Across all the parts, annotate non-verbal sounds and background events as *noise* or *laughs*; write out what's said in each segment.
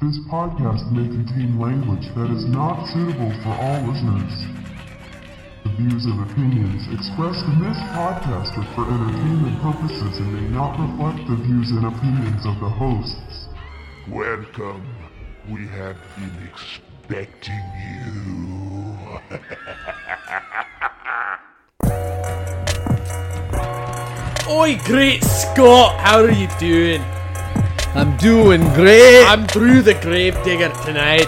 This podcast may contain language that is not suitable for all listeners. The views and opinions expressed in this podcast are for entertainment purposes and may not reflect the views and opinions of the hosts. Welcome. We have been expecting you. Oi, great Scott! How are you doing? I'm doing great. I'm Drew the Gravedigger tonight.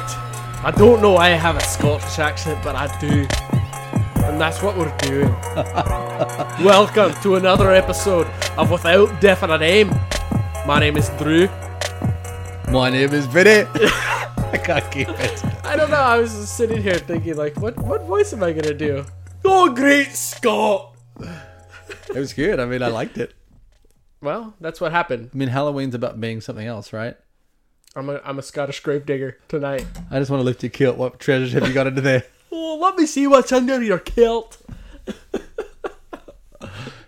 I don't know why I have a Scottish accent, but I do. And that's what we're *laughs* doing. Welcome to another episode of Without Definite Aim. My name is Drew. My name is Vinny. *laughs* I can't keep it. I don't know, I was just sitting here thinking, like, what, what voice am I gonna do? Oh, great Scott! It was good. I mean, I liked it. Well, that's what happened. I mean, Halloween's about being something else, right? I'm a, I'm a Scottish gravedigger tonight. I just want to lift your kilt. What treasures have you got under *laughs* there? Oh, let me see what's under your kilt.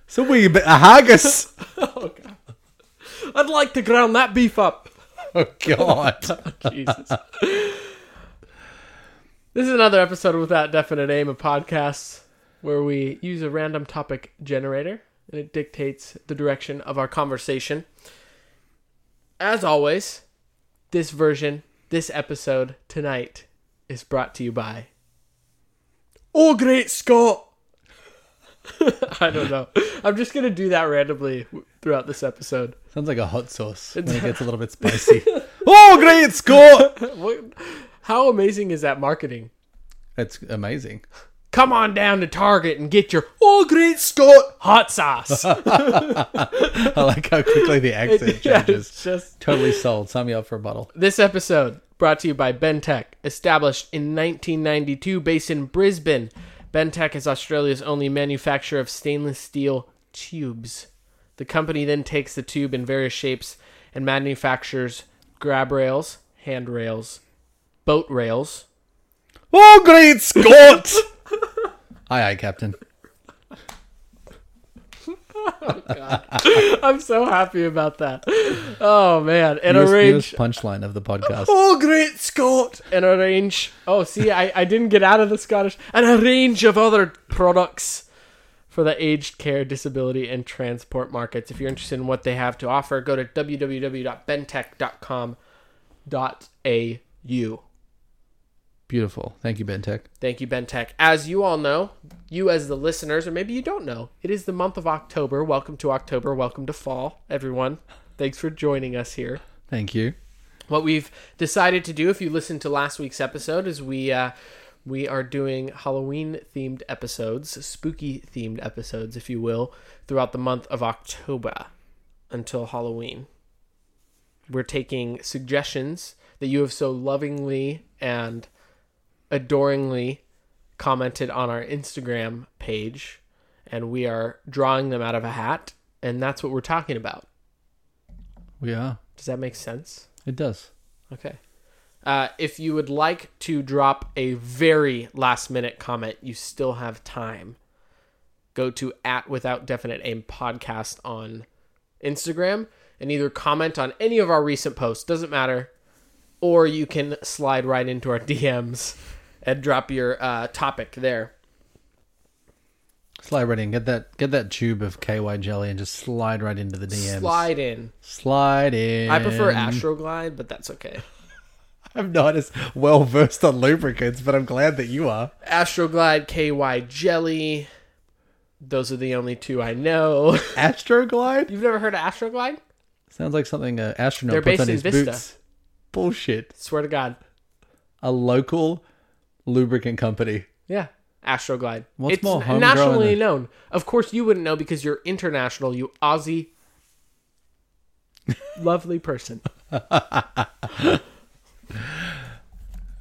So we a bit of haggis. Oh, God. I'd like to ground that beef up. *laughs* Oh God. *laughs* Jesus. this is another episode of Without Definite Aim, a podcast where we use a random topic generator and it dictates the direction of our conversation. As always, this version, this episode tonight is brought to you by. Oh, great Scott! *laughs* I don't know. I'm just going to do that randomly w- throughout this episode. Sounds like a hot sauce when it gets a little bit spicy. *laughs* oh, great Scott! What, how amazing is that marketing? That's amazing. *laughs* Come on down to Target and get your Oh Great Scott hot sauce. I like how quickly *laughs* the accent Yeah, changes. it's just- Totally sold. Sign me up for a bottle. this episode brought to you by Bentec, established in 1992, based in Brisbane. Bentec is Australia's only manufacturer of stainless steel tubes. The company then takes the tube in various shapes and manufactures grab rails, handrails, boat rails. *laughs* Oh, great Scott! aye, aye, Captain. I'm so happy about that. Oh man, and Newest, a range newest punchline of the podcast. Oh, great Scott! And a range. Oh, see, I, I didn't get out of the Scottish. And a range of other products for the aged care, disability, and transport markets. If you're interested in what they have to offer, go to www.bentech.com.au. Beautiful. Thank you, Ben Tech. Thank you, Bentech. As you all know, you as the listeners, or maybe you don't know, it is the month of October. Welcome to October. Welcome to fall, everyone. Thanks for joining us here. Thank you. what we've decided to do if you listened to last week's episode is we uh, we are doing halloween themed episodes spooky themed episodes if you will throughout the month of october until halloween we're taking suggestions that you have so lovingly and adoringly commented on our instagram page and we are drawing them out of a hat and that's what we're talking about We are. does that make sense It does. Okay. Uh, if you would like to drop a very last minute comment, you still have time. Go to at without definite aim podcast on Instagram and either comment on any of our recent posts, doesn't matter, or you can slide right into our *laughs* DMs and drop your uh, topic there. Slide right in. Get that get that tube of KY jelly and just slide right into the DMs. Slide in. Slide in. I prefer Astroglide, but that's okay. I'm not as well versed on lubricants, but I'm glad that you are. Astroglide, KY Jelly. Those are the only two I know. *laughs* Astroglide You've never heard of Astroglide? sounds like something an astronaut They're puts on his based in Vista. boots. Bullshit. Swear to God. A local lubricant company. Yeah. Astroglide. What's it's more homegrown nationally than- known. Of course, you wouldn't know because you're international, you *laughs* Aussie. Lovely person. All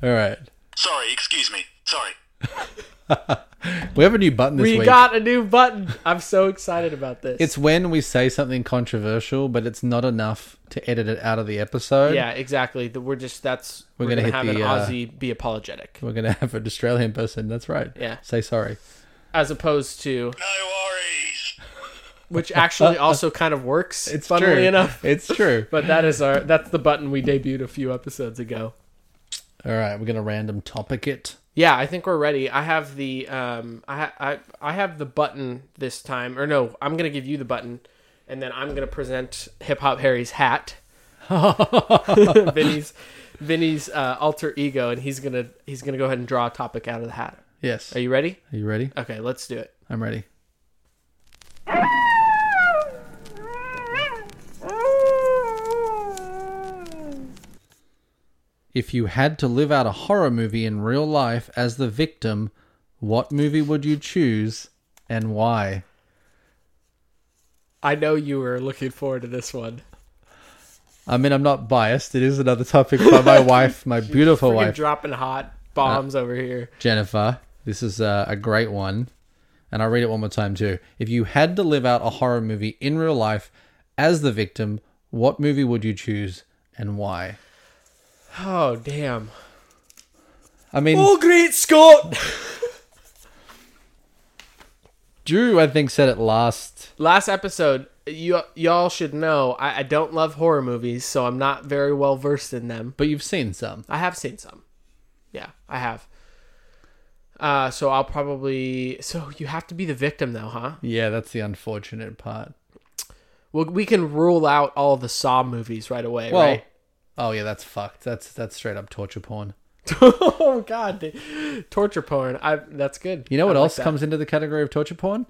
right, Sorry, excuse me. Sorry. we have a new button this We week. got a new button. I'm so excited about this. it's when we say something controversial, but it's not enough to edit it out of the episode. yeah, exactly. The- We're just that's we're, gonna gonna, hit have an the, uh, Aussie be apologetic We're gonna *laughs* have an Australian person. That's right. Yeah. Say sorry. as opposed to No worries. which *laughs* actually also kind of works. It's funnily true. enough. *laughs* It's true. But that is our that's the button we debuted a few episodes ago. All right, we're gonna random topic it. Yeah, I think we're ready. I have the um, I ha- I I have the button this time, or no, I'm gonna give you the button, and then I'm gonna present Hip Hop Harry's *laughs* hat, Vinny's Vinny's uh, alter ego, and he's gonna he's gonna go ahead and draw a topic out of the hat. Yes. Are you ready? Are you ready? Okay, let's do it. I'm ready. If you had to live out a horror movie in real life as the victim, what movie would you choose and why? I know you were looking forward to this one. I mean, I'm not biased. It is another topic *laughs* by my wife, my beautiful Freaking wife, Uh, dropping hot bombs over here. Jennifer. This is a, a great one. And I'll read it one more time, too. If you had to live out a horror movie in real life as the victim, what movie would you choose and why? Oh damn! I mean, Oh great Scott! Drew, I think, said it last. last episode you y'all should know I, I don't love horror movies so i'm not very well versed in them But you've seen some. i have seen some yeah i have uh so i'll probably so you have to be the victim though huh Yeah, that's the unfortunate part. well we can rule out all the saw movies right away Well, *laughs* right oh yeah, that's fucked. That's that's straight up torture porn. oh god dude. torture porn i that's good You know what I like else that. comes into the category of torture porn?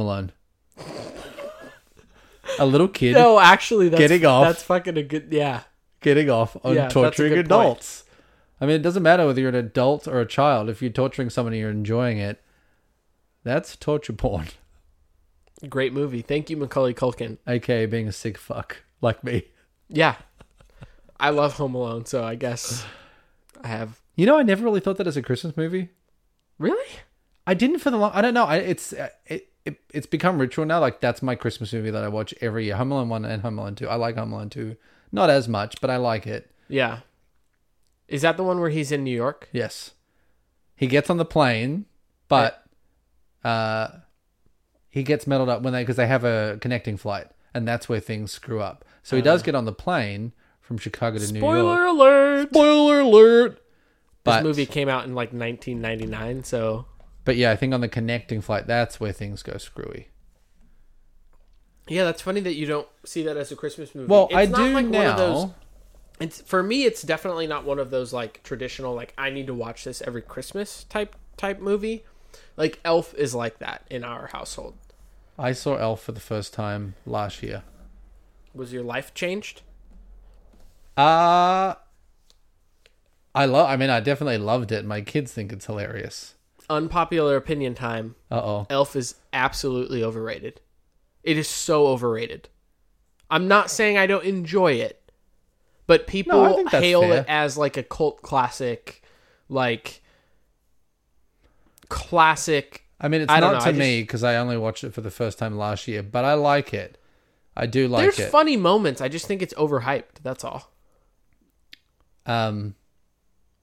*laughs* Alone. a little kid no actually that's, Getting off. that's fucking a good yeah getting off on Yeah, that's a torturing good point. adults. I mean, it doesn't matter whether you're an adult or a child. If you're torturing someone and you're enjoying it, that's torture porn, *laughs* great movie thank you macaulay culkin aka being a sick fuck like me. yeah i love home alone so i guess i have You know, I never really thought that as a Christmas movie. really I didn't for the long. I don't know. I, it's uh, it, it it's become ritual now. Like that's my Christmas movie that I watch every year. Home Alone one and Home Alone two. I like Home Alone two, not as much, but I like it. Yeah. Is that the one where he's in New York? Yes, he gets on the plane, but uh, he gets meddled up when they because they have a connecting flight, and that's where things screw up. So he does get on the plane from Chicago to New York. Spoiler alert! Spoiler alert! This But movie came out in like 1999, so but yeah, I think on the connecting flight, that's where things go screwy. yeah, that's funny that you don't see that as a Christmas movie. Well, It's I not do like now. One of those, it's for me, it's definitely not one of those like traditional like I need to watch this every Christmas type type movie. Like Elf is like that in our household. I saw Elf for the first time last year. Was your life changed? Uh I love I mean I definitely loved it. My kids think it's hilarious. Unpopular opinion time. Uh-oh. Elf is absolutely overrated. It is so overrated. I'm not saying I don't enjoy it, but people No, I think that's hail fair. it as like a cult classic, like classic. I mean it's I don't not know, I to me 'cause me cuz I only watched it for the first time last year, but I like it. I do like There's it. funny moments. I just think it's overhyped. That's all. um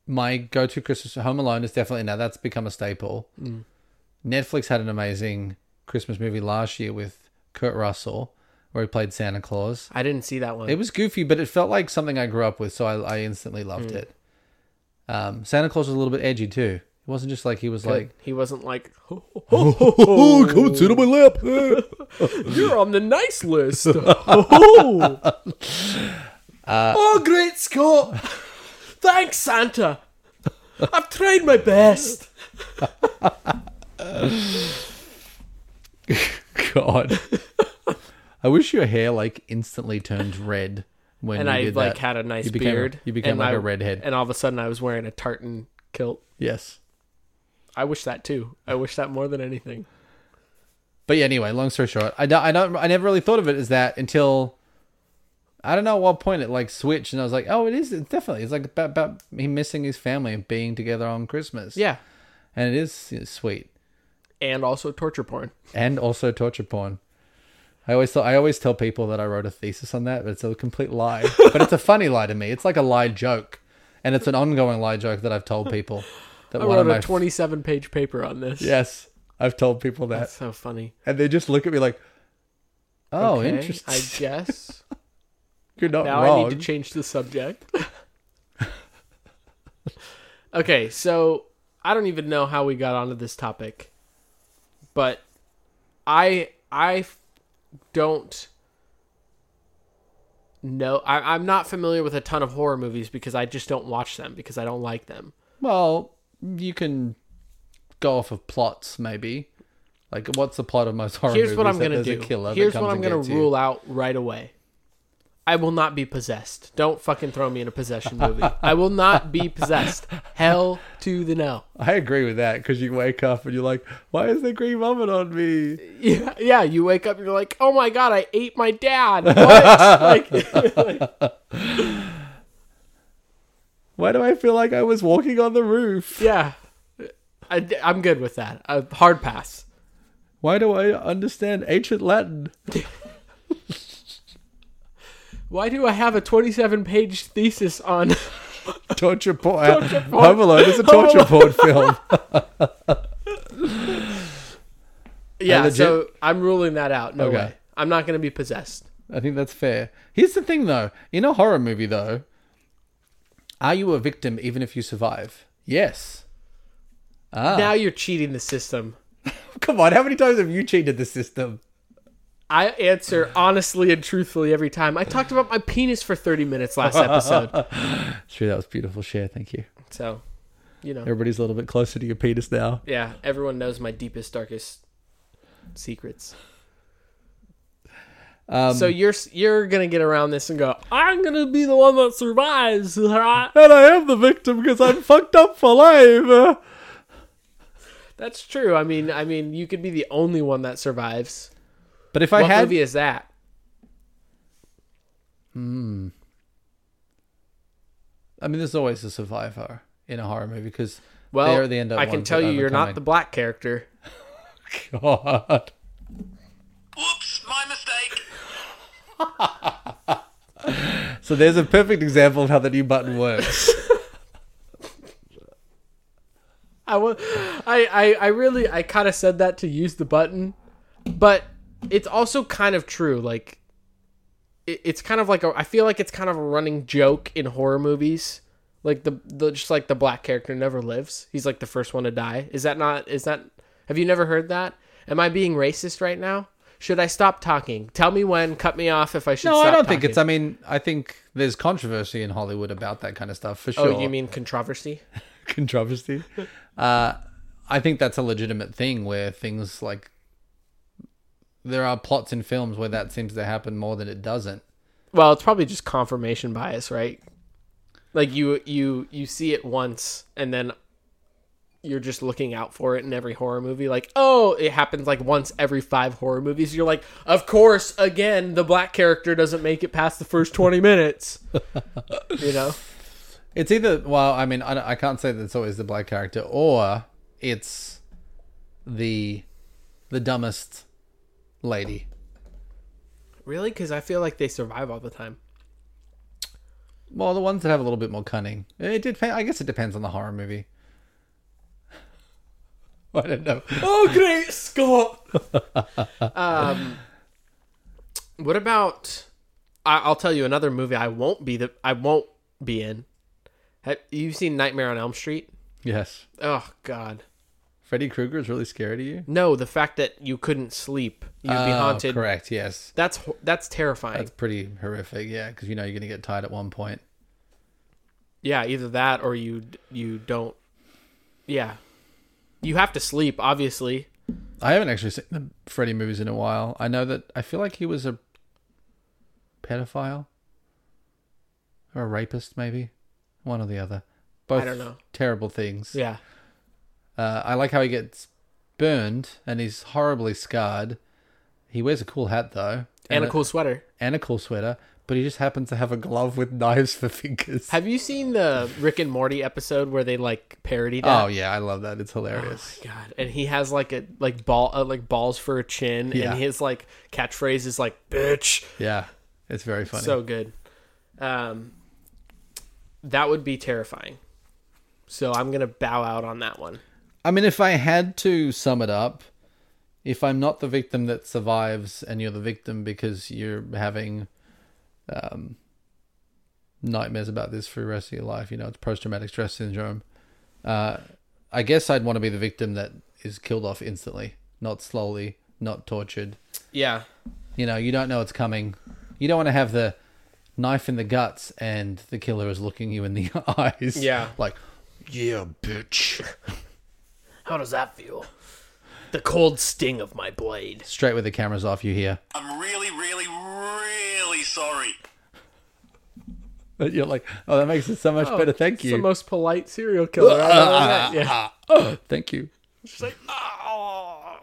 my go-to Christmas Home Alone is definitely now that's become a staple. Mm. Netflix had an amazing Christmas movie last year with Kurt Russell where he played Santa Claus. I didn't see that one. It was goofy, but it felt like something I grew up with, so I, I instantly loved Mm. it. Um, Santa Claus was a little bit edgy too. It wasn't just like he was like, he wasn't like, *laughs* *laughs* "Oh, come sit on my lap." you're on the nice *laughs* list. *laughs* Uh, oh. oh, great *laughs* Scott. Thanks, Santa. I've tried my best. *laughs* God, I wish your hair like instantly turned red when and you I did like that. had a nice You became- beard. You became and like I- a redhead. and all of a sudden I was wearing a tartan kilt. yes, I wish that too. I wish that more than anything. but yeah. Anyway, long story short, I don't, I don't, I never really thought of it as that until. I don't know at what point it like switched, and I was like, "Oh, it is. It's definitely. It's like about, about him missing his family and being together on Christmas. Yeah, and it is it's sweet. and also torture porn. and also torture porn. I always thought, I always tell people that I wrote a thesis on that, but it's a complete *laughs* lie. but it's a funny lie to me. It's like a lie joke, *laughs* and it's an ongoing lie joke that I've told people. That I one wrote of my a twenty-seven page paper on this. *laughs* yes, I've told people that, That's so funny. and they just look at me like, "Oh, Okay, interesting. *laughs* I guess. You're not now wrong." I need to change the subject. *laughs* okay, so I don't even know how we got onto this topic, but I I f- don't know. I, I'm not familiar with a ton of horror movies because I just don't watch them because I don't like them. well, you can go off of plots, maybe. Like, what's the plot of most horror Here's movies? what I'm That gonna there's a do. killer that Here's comes what I'm and gonna gets you. rule out right away. I will not be possessed. Don't fucking throw me in a possession movie. I will not *laughs* be possessed. Hell to the no. I agree with that because you wake up and you're like, "Why is the green vomit on me?" Yeah, yeah. You wake up and you're like, oh my god, I ate my dad. *laughs* What? like, Why do I feel like I was walking on the roof? yeah. I, am good with that. A hard pass. Why do I understand ancient Latin? Why do I have a 27 page thesis on? *laughs* Torture porn. Home Alone is a torture porn *laughs* film. yeah, legit- so I'm ruling that out. No Okay. way. I'm not going to be possessed. I think that's fair. Here's the thing, though. In a horror movie, though, are you a victim even if you survive? Yes. Ah. Now you're cheating the system. Come on, how many times have you cheated the system? I answer honestly and truthfully every time. I talked about my penis for 30 minutes *laughs* last episode. Sure, that was beautiful, share. Thank you. So, you know, Everybody's a little bit closer to your penis now. yeah, everyone knows my deepest, darkest secrets. Um, so you're you're gonna get around this and go. I'm gonna be the one that survives. *laughs* And I am the victim because I'm fucked up for life. That's true. I mean, I mean, you could be the only one that survives. But if I what had, movie is that? I mean, there's always a survivor in a horror movie because Well, they're the end up. I can ones tell that you, you're not the overcoming. black character. *laughs* God. Whoops, my mistake. *laughs* So there's a perfect example of how the new button works. I wa- I, I, I really, I kind of said that to use the button, but it's also kind of true. Like, it, it's kind of like a, I feel like it's kind of a running joke in horror movies. Like the, the just like the black character never lives. He's like the first one to die. Is that not? Is that? Have you never heard that? Am I being racist right now? Should I stop talking? Tell me when. Cut me off if I should. *laughs* No, stop I don't think it's. I talking. mean, I think there's controversy in Hollywood about that kind of stuff for sure. Oh, you mean controversy? *laughs* controversy? *laughs* uh, I think that's a legitimate thing where things like there are plots in films where that seems to happen more than it doesn't. Well, it's probably just confirmation bias, right? Like you you you see it once and then you're just looking out for it in every horror movie like, "Oh, it happens like once every 5 horror movies." You're like, "Of course, again, the black character doesn't make it past the first 20 minutes." *laughs* you know? It's either well, I mean, I, don't- I can't say that it's always the black character, or it's the the dumbest lady. Really? Cuz I feel like they survive all the time. Well, the ones that have a little bit more cunning. It dep- I guess it depends on the horror movie. *laughs* I don't know. Oh, great Scott! *laughs* um, what about? I, I'll tell you another movie I won't be the I won't be in. Have you seen Nightmare on Elm Street? Yes. Oh God, Freddy Krueger is really scary to you? no! The fact that you couldn't sleep, you'd be Oh, haunted. Correct, yes. That's ho- that's terrifying. That's pretty horrific, yeah, because you know you're going to get tied at one point. yeah, either that or you you don't. Yeah, you have to sleep. Obviously, I haven't actually seen the Freddy movies in a while. I know that I feel like he was a pedophile or a rapist, maybe. One or the other. Both don't know. terrible things. yeah. Uh, I like how he gets burned and he's horribly scarred. He wears a cool hat though, And a cool sweater. and a cool sweater, but he just happens to have a glove with knives for fingers. Have you seen the Rick and Morty episode where they like parodied? that? Oh yeah, I love that. It's *sighs* hilarious. Oh God, and he has like a like ball uh, like balls for a chin, Yeah. and his like catchphrase is like "bitch." yeah, it's very funny. So good. Um, that would be terrifying. So I'm gonna bow out on that one. I mean, if I had to sum it up, if I'm not the victim that survives and you're the victim because you're having um, nightmares about this for the rest of your life, you know, it's post traumatic stress syndrome. Uh, I guess I'd want to be the victim that is killed off instantly, not slowly, not tortured. Yeah. You know, you don't know it's coming. You don't want to have the knife in the guts and the killer is looking you in the *laughs* eyes. Yeah. Like, yeah, bitch. How does that feel? The cold sting of my blade. Straight with the cameras off, you hear. I'm really, really, really sorry. But you're like, oh, that makes it so much better. Thank It's the you. Ah. most polite serial killer I've ever met. Yeah. Thank you. She's like, oh.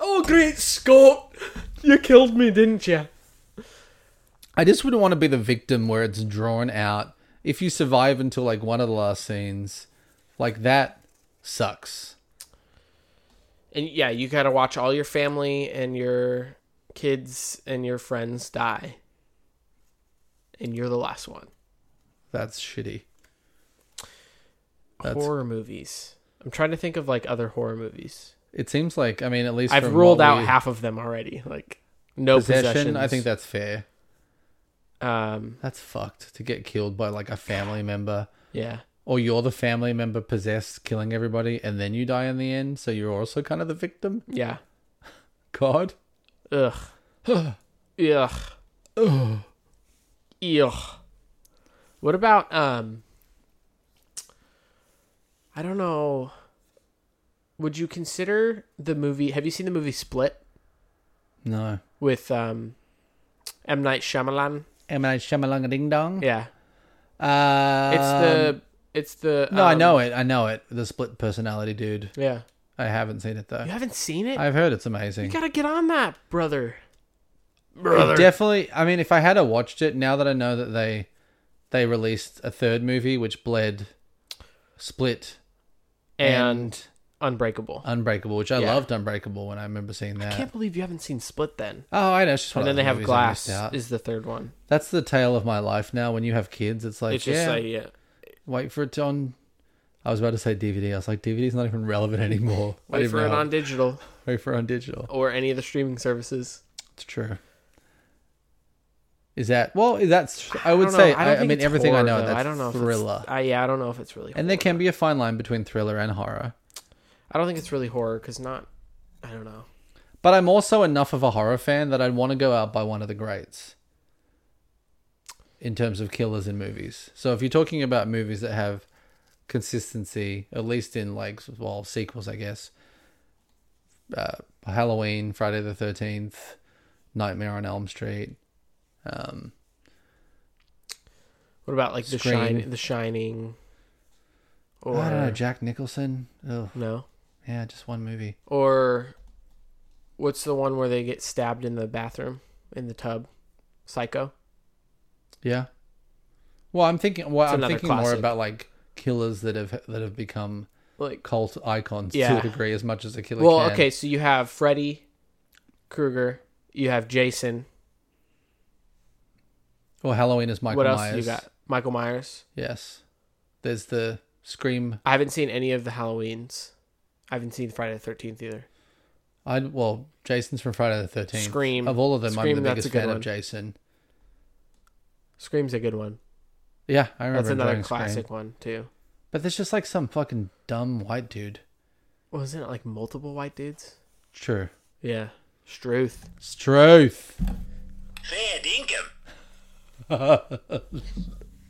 Oh, great Scott! You killed me, didn't you? I just wouldn't want to be the victim where it's drawn out. If you survive until like one of the last scenes, like that sucks. And yeah, you gotta watch all your family and your kids and your friends die. And you're the last one. That's shitty. That's- horror movies. I'm trying to think of like other horror movies. It seems like I mean at least I've from ruled what out we- half of them already. Like no possession. possessions. I think that's fair. um That's fucked to get killed by like a family member, yeah. or you're the family member possessed, killing everybody, and then you die in the end. So you're also kind of the victim. Yeah. God. *sighs* Ugh. Ugh. Ugh. Ugh. What about um I don't know. Would you consider the movie have you seen the movie Split No. with um M Night Shyamalan? Am I shamalanga ding dong? Yeah. Uh, It's the it's the No, I um, know it. I know it. The split personality dude. Yeah. I haven't seen it though. You haven't seen it? I've heard it's You amazing. gotta get on that, brother. It definitely. I mean, if I had a watched it now that I know that they they released a third movie which bled Split and Unbreakable. Unbreakable, which I Yeah. loved Unbreakable when I remember seeing that. I can't believe you haven't seen Split then. oh, I know. It's just one And of then they have those movies I missed Glass out. is the third one. That's the tale of my life now. When you have kids, it's like It's just yeah, like yeah. wait for it to on. I was about to say DVD. I was like, DVD's not even relevant *laughs* anymore. I Wait didn't for it realize- on digital Wait for it on digital. or any of the streaming services. It's true. Is that well? Is that I would don't know. say? don't I, I, think mean, it's everything I horror, know. though. That's I don't know. thriller, If it's, I, yeah, I don't know if it's really. and there horror. can be a fine line between thriller and horror. I don't think it's really horror because not. I don't know. But I'm also enough of a horror fan that I'd want to go out by one of the greats. In terms of killers in movies, so if you're talking about movies that have consistency, at least in like well sequels, I guess. Uh, Halloween, Friday the Thirteenth, Nightmare on Elm Street. Um, What about like the Scream. shine, the Shining, or I don't know. Jack Nicholson. Ugh. no, Yeah, just one movie. or what's the one where they get stabbed in the bathroom in the tub? Psycho. Yeah. Well, I'm thinking. Well, I'm another thinking more classic. about like killers that have that have become Like cult icons to Yeah. a degree, as much as a killer. Well, can. okay, so you have Freddy Krueger, you have Jason. Well, Halloween is Michael what else Myers. do you got? Michael Myers. Yes. There's the Scream. I haven't seen any of the Halloweens. I haven't seen Friday the Thirteenth either. I well, Jason's from Friday the Thirteenth. Scream. Of all of them, Scream, I'm the that's biggest a good fan one. of Jason. Scream's a good one. Yeah, I remember. That's another enjoying Scream. classic one too. But there's just like some fucking dumb white dude. Wasn't it like multiple white dudes? True. Yeah. Struth. Struth. Fair dinkum.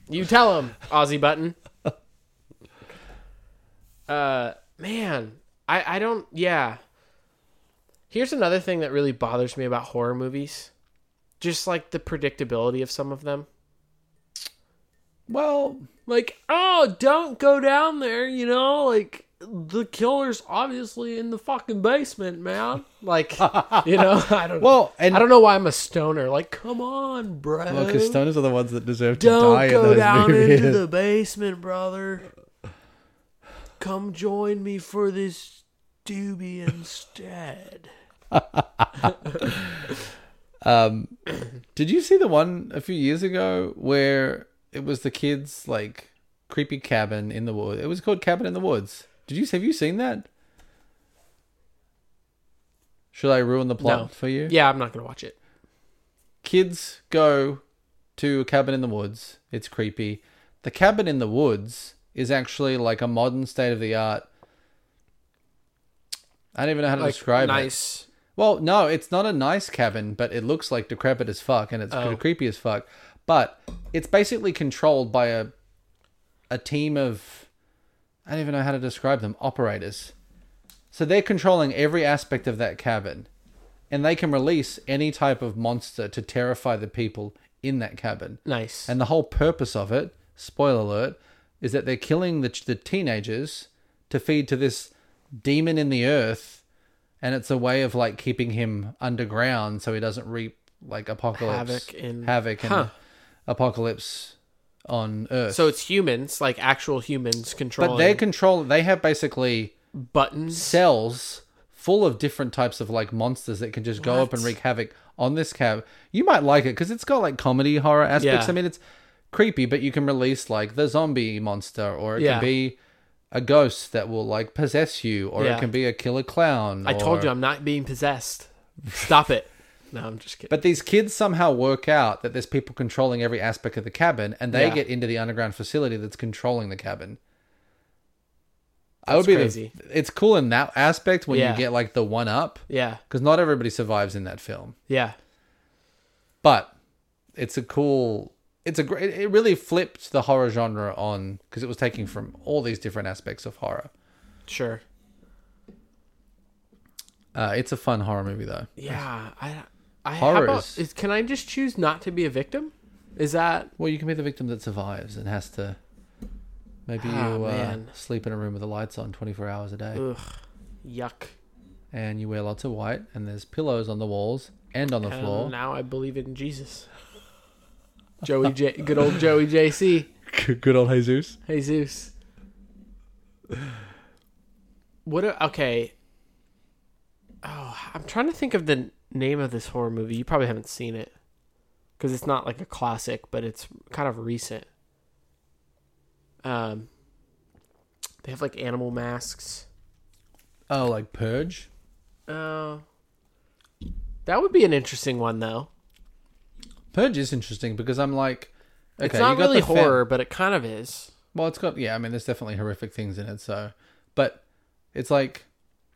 You tell him, Aussie Button. Uh, man, I I don't. Yeah. Here's another thing that really bothers me about horror movies, just like the predictability of some of them. Well, like oh don't go down there you know like the killer's obviously in the fucking basement man *laughs* like you know i don't well, and i don't know why i'm a stoner like come on bro Well, because stoners are the ones that deserve to die Um, don't in go those down movies. *laughs* into the basement brother come join me for this doobie instead Um, did you see the one a few years ago where it was the kids like creepy cabin in the woods? It was called Cabin in the Woods. Did you have you seen that? Should I ruin the plot No. for you? Yeah, I'm not gonna watch it. kids go to a cabin in the woods. It's creepy. The cabin in the woods is actually like a modern state of the art. I don't even know how to Like, describe it. nice. Well, no, it's not a nice cabin, but it looks like decrepit as fuck and it's creepy as fuck. But it's basically controlled by a a team of I don't even know how to describe them, operators. So they're controlling every aspect of that cabin. And they can release any type of monster to terrify the people in that cabin. Nice. And the whole purpose of it, spoiler alert, is that they're killing the, the teenagers to feed to this demon in the earth, and it's a way of like keeping him underground so he doesn't reap like apocalypse Havoc and- havoc and Huh. apocalypse on earth. so it's humans, like actual humans, but controlling they control. They have basically buttons. cells full of different types of like monsters that can just go up and wreak havoc on this cab. You might like it because it's got like comedy horror aspects. Yeah. I mean, it's creepy, but you can release like the zombie monster, or it Yeah. can be a ghost that will like possess you, or Yeah. it can be a killer clown. I told or- you I'm not being possessed. Stop it. No, I'm just kidding. But these kids somehow work out that there's people controlling every aspect of the cabin, and they Yeah. get into the underground facility that's controlling the cabin. I That's would be crazy. The, it's cool in that aspect when Yeah. you get like the one up. yeah, because not everybody survives in that film. yeah, But it's a cool. It's a great. It really flipped the horror genre on because it was taking from all these different aspects of horror. sure. Uh, it's a fun horror movie though. Yeah, I, I. how Horrors. about- is, can I just choose not to be a victim? Is that Well, you can be the victim that survives and has to. Maybe Ah, you uh, man. sleep in a room with the lights on 24 hours a day, yuck? and you wear lots of white, and there's pillows on the walls and on the And floor. now I believe in Jesus. Joey J, good old Joey JC, *laughs* Good old Jesus. Hey Zeus. What? A, okay. Oh, I'm trying to think of the n- name of this horror movie. You probably haven't seen it because it's not like a classic, but it's kind of recent. Um, they have like animal masks. Oh, like Purge. Oh. That would be an interesting one, though. Purge is interesting because I'm like, okay, it's not you got really the fa- horror, but it kind of is. Well, it's got yeah. I mean, there's definitely horrific things in it. So, but it's like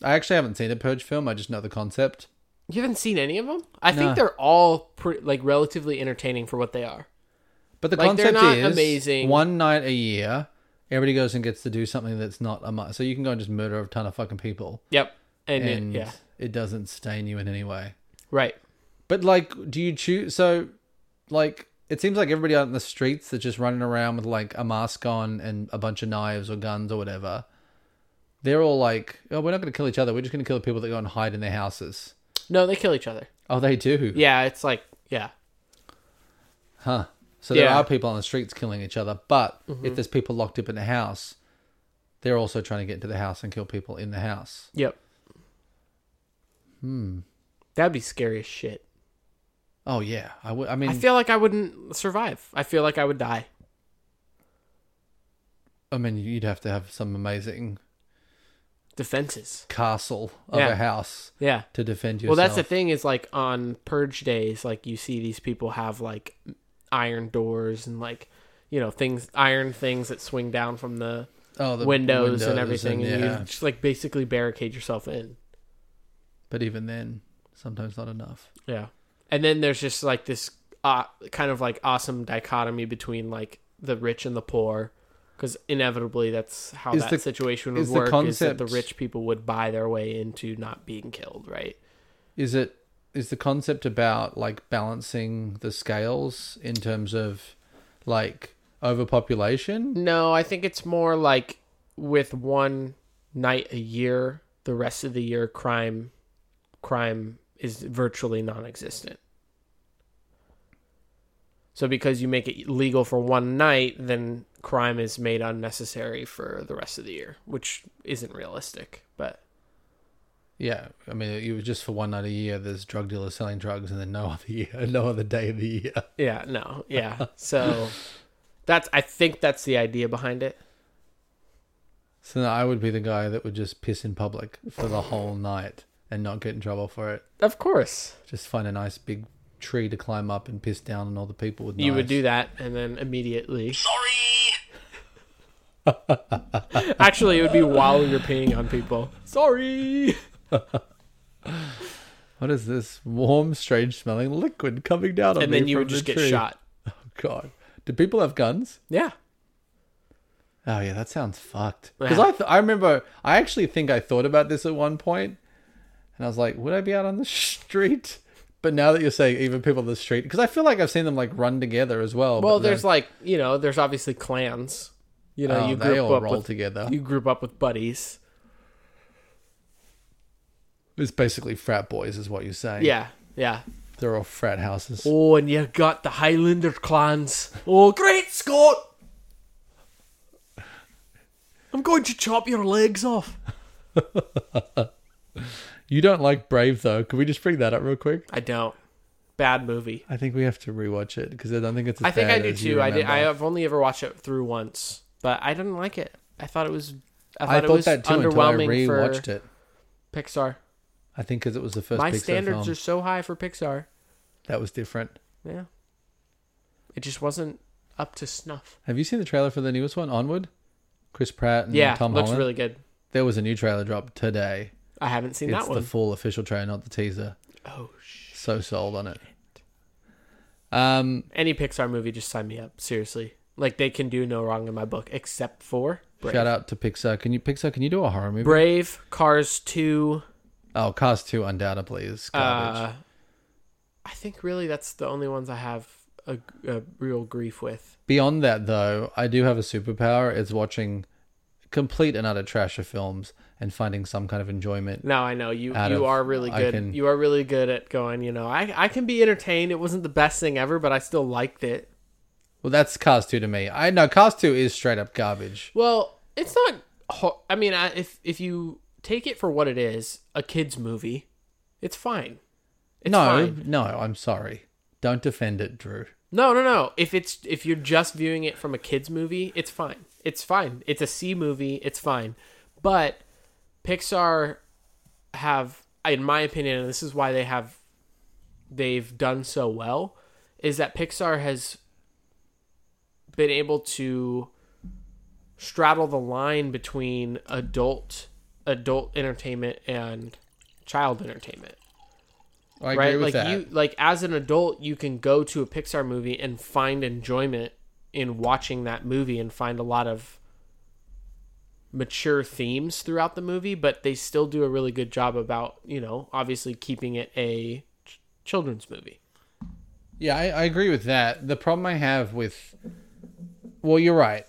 I actually haven't seen a Purge film. I just know the concept. You haven't seen any of them? I No. think they're all pre- like relatively entertaining for what they are. But the Like, they're concept not is amazing. One night a year, everybody goes and gets to do something that's not a mu- so you can go and just murder a ton of fucking people, Yep. And, it- and yeah, it doesn't stain you in any way. right. But like, do you choose? So, like, it seems like everybody out in the streets that's just running around with like a mask on and a bunch of knives or guns or whatever. They're all like, oh, we're not going to kill each other. We're just going to kill the people that go and hide in their houses. No, they kill each other. Oh, they do. Yeah, it's like yeah, Huh. So there Yeah. Mm-hmm. are people on the streets killing each other, but if there's people locked up in a house, they're also trying to get into the house and kill people in the house. yep. Hmm. Hmm. That'd be scary as shit. Oh yeah, I would. I mean, I feel like I wouldn't survive. I feel like I would die. I mean, you'd have to have some amazing Defenses. castle of Yeah. a house Yeah. to defend Well, yourself. that's the thing is like on purge days, like you see these people have like iron doors and like you know things, iron things that swing down from the, Oh, the windows, and everything, and, yeah. you just like basically barricade yourself in. But even then, sometimes not enough. Yeah. And then there's just like this uh, kind of like awesome dichotomy between like the rich and the poor. Because inevitably, that's how Is that the- situation would is the work. Is that the concept- rich people would buy their way into not being killed, right? Is it? Is the concept about like balancing the scales in terms of like overpopulation? No, I think it's more like with one night a year, the rest of the year crime crime is virtually non-existent. So because you make it legal for one night, then crime is made unnecessary for the rest of the year, which isn't realistic, but Yeah, I mean, you were just for one night a year. There's drug dealers selling drugs, and then no *laughs* other year, no other day of the year. yeah, no. *laughs* Yeah. So that's I think that's the idea behind it. So then I would be the guy that would just piss in public for the whole night and not get in trouble for it. Of course. Just find a nice big tree to climb up and piss down on all the people with You would knives. do that and then immediately. Sorry. *laughs* Actually, it would be while you're peeing on people. Sorry. *laughs* What is this warm, strange smelling liquid coming down on And me then you from would just the get tree? shot. God, do people have guns? Yeah. Oh yeah, that sounds fucked. Yeah. Because I th- I remember I actually think I thought about this at one point, and I was like, would I be out on the *laughs* street? But now that you're saying even people on the street, because I feel like I've seen them like run together as well. Well, but then- there's like you know, there's obviously clans. You know, Oh, you they group all up roll with, together. You group up with buddies. it's basically frat boys, is what you're saying. Yeah, yeah. they're all frat houses. Oh, and you got the Highlander clans. Oh, great Scott! I'm going to chop your legs off. You don't like Brave though. Can we just bring that up real quick? I don't. Bad movie. I think we have to rewatch it because I don't think it's. As I think bad I do as you too. I did. I remember. have only ever watched it through once, but I didn't like it. I thought it was. I thought, I it thought was that too until I underwhelming rewatched for it. Pixar. I think because it was the first My Pixar standards film are so high for Pixar. that was different. Yeah. It just wasn't up to snuff. Have you seen the trailer for the newest one, Onward? Chris Pratt and Yeah, Mm, Tom looks Holland. really good. that There was a new trailer dropped today. I haven't seen It's that the one. full official trailer, not the teaser. oh sh! So sold on it. Um, Any Pixar movie, just sign me up. Seriously, like they can do no wrong in my book, except for Brave. shout out to Pixar. Can you Pixar? Can you do a horror movie? Brave, Cars Two. oh, Cars Two undoubtedly is garbage. Uh, I think really that's the only ones I have a, a real grief with. Beyond that, though, I do have a superpower. It's watching complete and utter trash of films and finding some kind of enjoyment. Now I know you. Out you of- are really I good. can- You are really good at going. You know, I I can be entertained. It wasn't the best thing ever, but I still liked it. Well, that's Cars Two to me. I know Cars Two is straight up garbage. Well, it's not. ho- I mean, I, if if you take it for what it is, a kids movie, it's fine. It's no, fine. no, I'm sorry. Don't defend it, Drew. no, no, no. If it's if you're just viewing it from a kids movie, it's fine. It's fine. It's a C movie. It's fine. But Pixar have, in my opinion, and this is why they have, they've done so well, is that Pixar has been able to straddle the line between adult adult entertainment and child entertainment I right agree with like that. you like as an adult you can go to a pixar movie and find enjoyment in watching that movie and find a lot of mature themes throughout the movie but they still do a really good job about you know obviously keeping it a ch- children's movie Yeah, I, I agree with that. The problem I have with, well, you're right.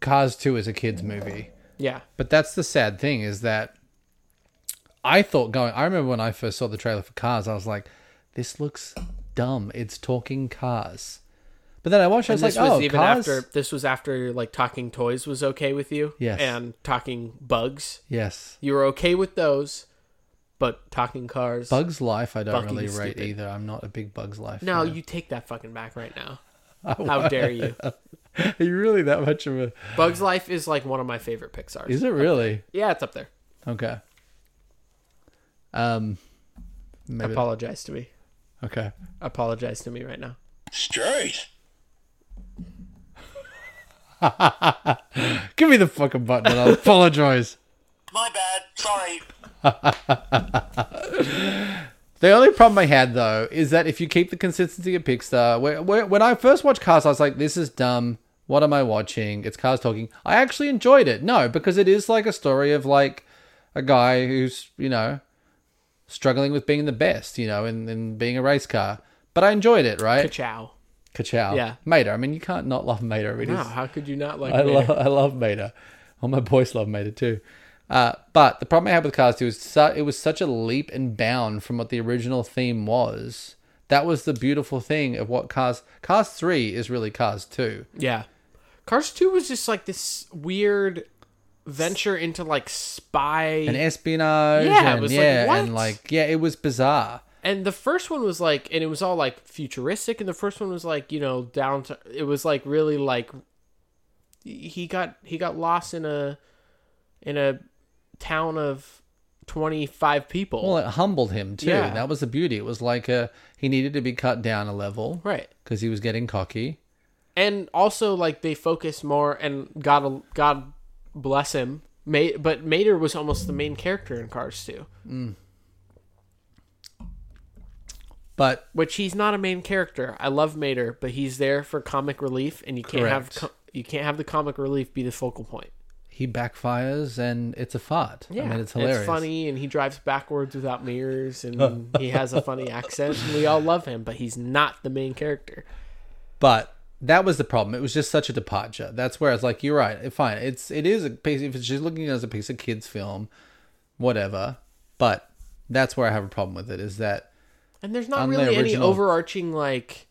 Cars Two is a kids movie, yeah but that's the sad thing is that I thought going. I remember when I first saw the trailer for Cars, I was like, "This looks dumb. It's talking cars." But then I watched. it, I was this like, was "Oh, even cars." after this was after like talking toys was okay with you Yes. and talking bugs yes, you were okay with those but talking cars Bugs Life. I don't Fucking really rate stupid. either. I'm not a big Bugs Life. no fan. you take that fucking back right *laughs* now how dare you are you really that much of a? Bugs Life is like one of my favorite Pixar. Is it really Yeah, it's up there. okay? Um, maybe Apologize to me. okay. Apologize to me right now. Straight. Give me the fucking button and *laughs* I'll apologize. My bad. Sorry. The only problem I had though is that if you keep the consistency of Pixar, where, where, when I first watched Cars, I was like, this is dumb. What am I watching? It's Cars talking. I actually enjoyed it. No, because it is like a story of like a guy who's, you know, struggling with being the best, you know, and, and being a race car. But I enjoyed it, right? Ka-chow. Ka-chow. Yeah. Mater. I mean, you can't not love Mater. It is Wow, how could you not like *laughs* I Vader? love I love Mater. All my boys love Mater too. Uh, but the problem I had with Cars 2 is su- it was such a leap and bound from what the original theme was. That was the beautiful thing of what Cars Cars 3 is really Cars 2. Yeah. Cars 2 was just like this weird venture into like spy. And espionage Yeah, it and was like, yeah, what? and like yeah, it was bizarre. and the first one was like, and it was all like futuristic. And the first one was like, you know, down to, it was like really like, he got, he got lost in a, in a town of 25 people. Well, it humbled him too. Yeah. That was the beauty. It was like uh he needed to be cut down a level, right. Because he was getting cocky. And also like they focused more and God God bless him. Ma- but Mater was almost the main character in Cars 2, But which he's not a main character. I love Mater, but he's there for comic relief and you can't Correct. have co- you can't have the comic relief be the focal point. he backfires, and it's a fart. I mean, it's hilarious. funny, and he drives backwards without mirrors, *laughs* and he has a funny accent. and We all love him, but he's not the main character. But that was the problem. It was just such a departure. That's where I was like, you're right. Fine. It's it is a piece. If it's just looking at it as a piece of kids film, whatever. But that's where I have a problem with it. Is that And there's not On the really any original- overarching like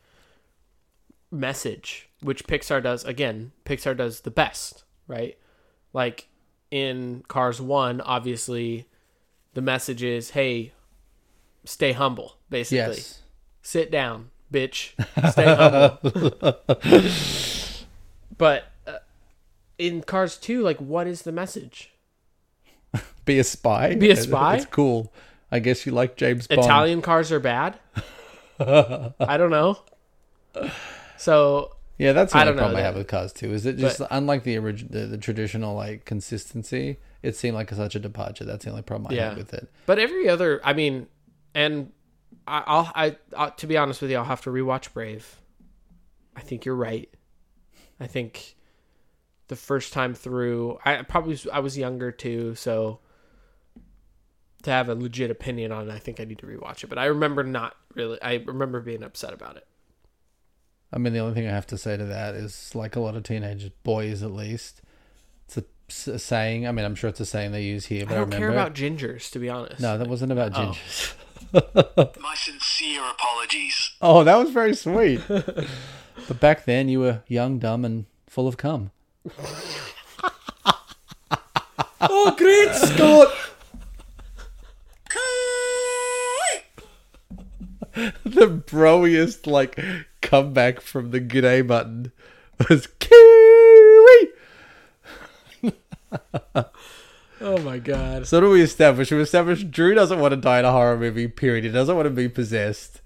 message, which Pixar does again. Pixar does the best, right? Like in Cars One, obviously, the message is, "Hey, stay humble." Basically, yes, sit down, bitch. Stay humble. *laughs* but uh, in Cars 2, like, what is the message? be a spy. Be a spy? *laughs* It's cool. I guess you like James Bond. Italian cars are bad? *laughs* I don't know. So, Yeah, that's the I only don't know problem I that. have with Cars too. Is it just unlike the original, the, the traditional like consistency? It seemed like such a departure. That's the only problem I Yeah. have with it. but every other, I mean, and I, I'll, I, I, to be honest with you, I'll have to rewatch Brave. I think you're right. I think the first time through, I probably, was- I was younger too, so to have a legit opinion on it, I think I need to rewatch it. But I remember not really. I remember being upset about it. I mean, the only thing I have to say to that is, like a lot of teenage boys, at least, it's a, s- a saying. I mean, I'm sure it's a saying they use here, but I I, don't remember. care about Oh. gingers, to be honest. no, that wasn't about gingers. My sincere apologies. *laughs* Oh, that was very sweet. *laughs* but back then, you were young, dumb, and full of cum. *laughs* Oh, great Scott! *laughs* the broiest like comeback from the g'day button was kiwi. oh my god. So what do we establish? We establish Drew doesn't want to die in a horror movie. Period. He doesn't want to be possessed.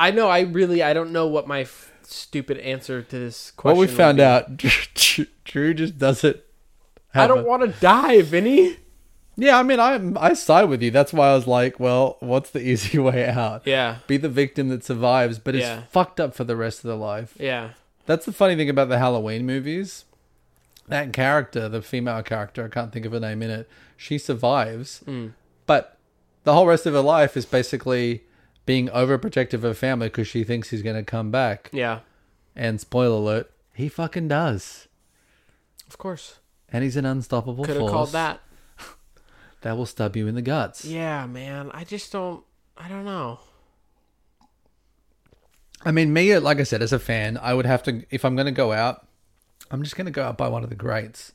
I know. I really. I don't know what my f- stupid answer to this What question. we found would be. out, *laughs* Drew just doesn't. Have I don't a- want to die, Vinny. yeah, I mean, I I side with you. That's why I was like, well, what's the *laughs* easy way out? *laughs* Yeah. Be the victim that survives, but Yeah. it's fucked up for the rest of their life. Yeah. That's the funny thing about the Halloween movies. That character, the female character, I can't think of her name in it, she survives. Hmm. But the whole rest of her life is basically being overprotective of her family because she thinks he's going to come back. Yeah. And spoiler alert, he fucking does. Of course. And he's an unstoppable Could have force called that. that will stab you in the guts. Yeah, man. I just don't. I don't know. I mean, me, like I said, as a fan, I would have to, if I'm going to go out, I'm just going to go out by one of the greats.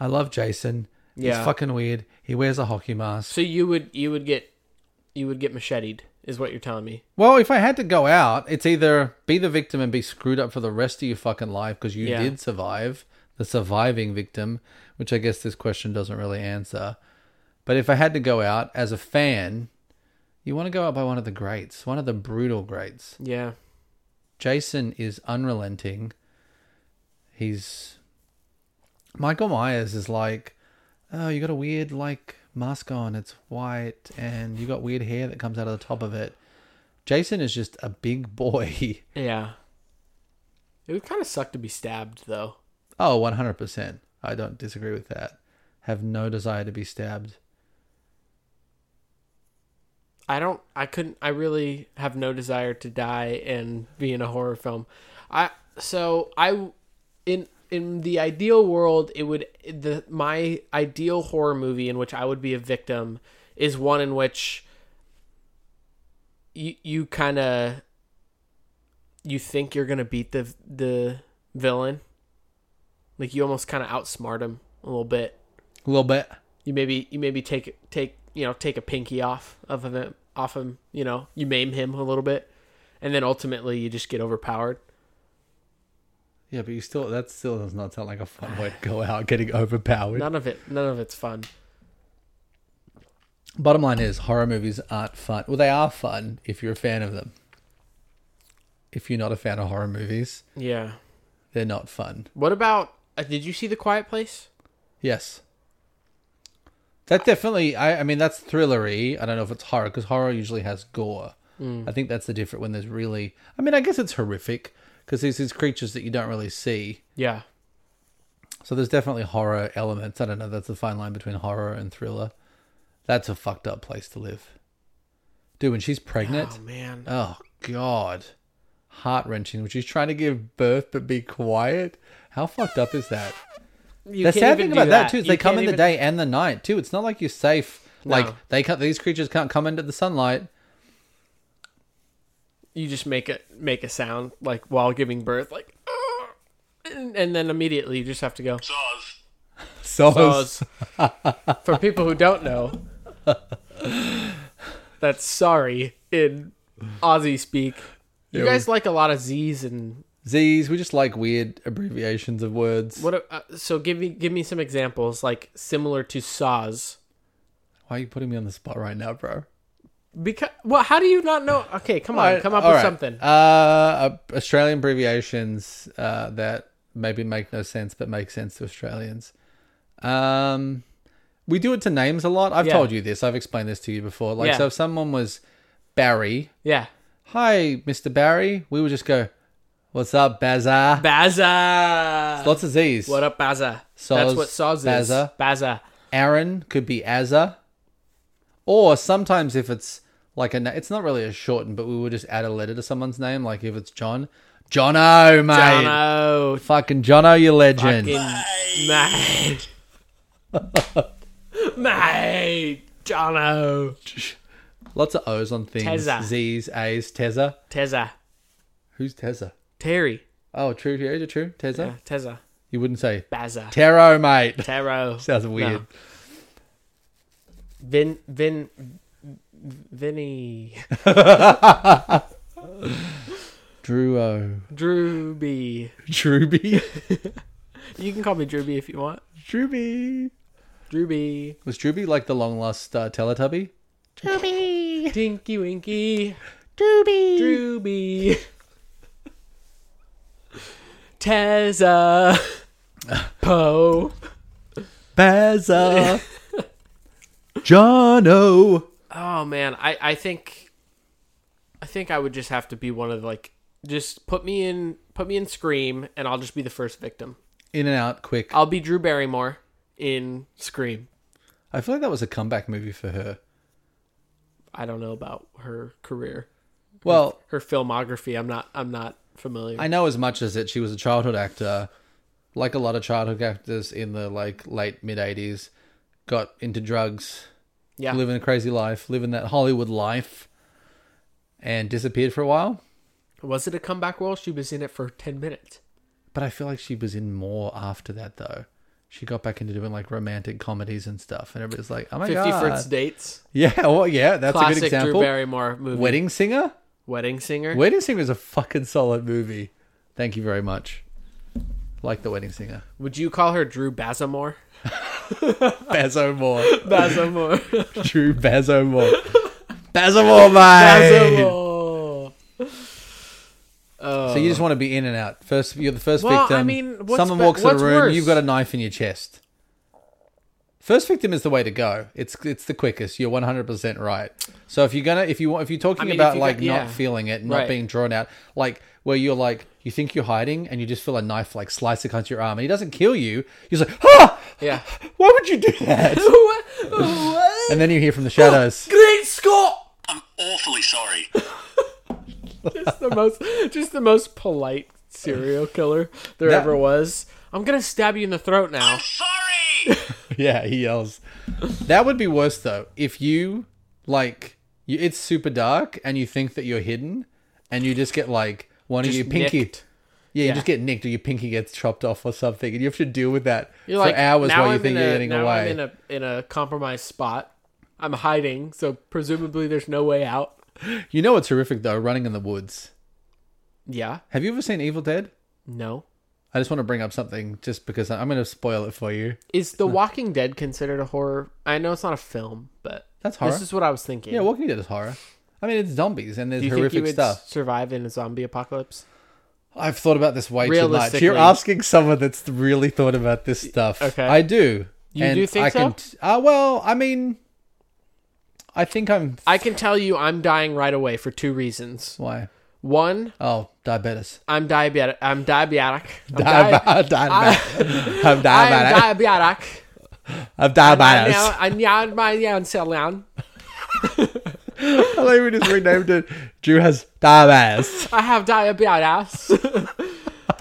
I love Jason. Yeah. He's fucking weird. He wears a hockey mask. So you would you would get you would get macheted is what you're telling me. Well, if I had to go out, it's either be the victim and be screwed up for the rest of your fucking life because you Yeah. did survive, the surviving victim, which I guess this question doesn't really answer. But if I had to go out as a fan, you want to go out by one of the greats, one of the brutal greats. Yeah. Jason is unrelenting. He's Michael Myers is like, oh, you got a weird like mask on. It's white, and you got weird hair that comes out of the top of it. Jason is just a big boy. *laughs* Yeah. It would kind of suck to be stabbed, though. Oh, 100 percent. I don't disagree with that. Have no desire to be stabbed. I don't. I couldn't. I really have no desire to die and be in a horror film. I so I in in the ideal world, it would the my ideal horror movie in which I would be a victim is one in which you you kind of you think you're gonna beat the the villain, like you almost kind of outsmart him a little bit A little bit. you maybe you maybe take take you know take a pinky off of him off him you know you maim him a little bit and then ultimately you just get overpowered Yeah, but you still that still does not sound like a *laughs* fun way to go out getting overpowered. none of it none of it's fun Bottom line is horror movies aren't fun. Well, they are fun if you're a fan of them. If you're not a fan of horror movies, Yeah. they're not fun. What about? Uh, did you see the Quiet Place? Yes. That definitely. I, I mean, that's thrillery. I don't know if it's horror because horror usually has gore. I think that's the different when there's really. I mean, I guess it's horrific because there's these creatures that you don't really see. Yeah. So there's definitely horror elements. I don't know. That's the fine line between horror and thriller. That's a fucked up place to live. Dude, when she's pregnant, Oh man. Oh God, heart wrenching. When she's trying to give birth but be quiet, how fucked up is that? You the can't even sad thing do about that, too is You they come can't in the even- day and the night too. It's not like you're safe. No. Like they can't, these creatures can't come into the sunlight. You just make a make a sound like while giving birth, like, "Ah," and, and then immediately you just have to go. Soz. So *laughs* Soz. For people who don't know, that's sorry in Aussie speak. You Yeah, guys like a lot of Z's and Z's, we just like weird abbreviations of words. what? Uh, so give me give me some examples like similar to saws. Why are you putting me on the spot right now, bro? Because well, how do you not know? Okay, come on, come up All with right. something. Uh, uh, Australian abbreviations uh, that maybe make no sense but make sense to Australians. Um, we do it to names a lot. I've Yeah. told you this. I've explained this to you before. Like, Yeah. so if someone was Barry, yeah, hi, Mister Barry, we would just go, "What's up, Baza?" Baza. Lots of Z's. what up, Baza? That's Soz, what saws is. Baza. Baza. Aaron could be Azza, or sometimes if it's like a, na- it's not really a shortened, but we would just add a letter to someone's name. Like if it's John, Jono, mate. Jono. Fucking Jono, you legend. Fucking mate. *laughs* mate. Jono. Lots of O's on things. Tezza. Z's, A's, Tezza. Tezza. Who's Tezza? Terry. Oh, true, true, true. Tezza. Yeah, Tezza. You wouldn't say Baza. Taro, mate. *laughs* Taro. Sounds weird. Vin. Vin. Vinny. Druo. *laughs* Drewby. Druby. *laughs* You can call me Drewby if you want. Druby. Drewby. Was Druby like the long lost uh, Teletubby? Druby. Tinky Winky. Druby. Drewby. Tezza. Poe. *laughs* Bazza. Jono. Oh man, I I think I think I would just have to be one of the, like just put me in put me in Scream and I'll just be the first victim. In and out quick. I'll be Drew Barrymore in Scream. I feel like that was a comeback movie for her. I don't know about her career, Well, her filmography. I'm not I'm not familiar. I know as much as that she was a childhood actor, like a lot of childhood actors in the like late mid eighties, got into drugs, yeah. living a crazy life, living that Hollywood life, and disappeared for a while. Was it a comeback role? She was in it for 10 minutes. But I feel like she was in more after that though. She got back into doing like romantic comedies and stuff, and everybody's like, "Oh my 50 god, *laughs* First Dates. yeah, well, yeah, that's a good Classic Drew example." Barrymore movie. Wedding Singer, Wedding Singer. Wedding Singer is a fucking solid movie. Thank you very much. Like the *laughs* Wedding Singer, Would you call her Drew Bazamore? Bazzo Moore. *laughs* Bazamore. *laughs* True Bazomore. Bazomore, mate. Bazamore. So you just want to be in and out. First, you're the first Well, I victim. mean, what's someone be- walks in what's the room. worse? You've got a knife in your chest. First victim is the way to go. It's it's the quickest. You're 100 percent right. So if you're gonna if you want if you're talking I mean, if about you like got- yeah. not feeling it, not Right. being drawn out, like where you're like you think you're hiding and you just feel a knife like slice across your arm and he doesn't kill you. You're just like, ah, *laughs* *laughs* Yeah. why would you do *laughs* that? and then you hear from the shadows. Great Scott! I'm awfully sorry. The most, just the most polite serial killer there That- ever was. I'm gonna stab you in the throat now. sorry! Yeah, he yells. That would be worse though. If you like, you, it's super dark and you think that you're hidden, and you just get like one of Just your pinky. nicked. Yeah, you just get nicked or your pinky gets chopped off or something, and you have to deal with that You're for like hours now while you I'm think in a, you're getting now away. I'm in a in a compromised spot. I'm hiding, so presumably there's no way out. You know what's horrific though? Running in the woods. Yeah. Have you ever seen Evil Dead? No. I just want to bring up something just because I'm going to spoil it for you. Is The Walking Dead considered a horror? I know it's not a film, but That's horror. This is what I was thinking. yeah, Walking Dead is horror. I mean, it's zombies and there's do you think you horrific would stuff. survive in a zombie apocalypse? I've thought about this way too much. Realistically. You're asking someone that's really thought about this stuff. Okay. I do. You do think I Can so? t- uh, well, I mean, I think I'm. I can tell you, I'm dying right away for two reasons. Why? One, Oh, diabetes. I'm diabetic. I'm diabetic. I'm, *laughs* di- Diab- *laughs* diabetic. I'm diabetic. I'm diabetic. I'm I diabetic. now I now my own cell down. I *laughs* think we just renamed it. Drew has diabetes. I have *laughs* diabetes.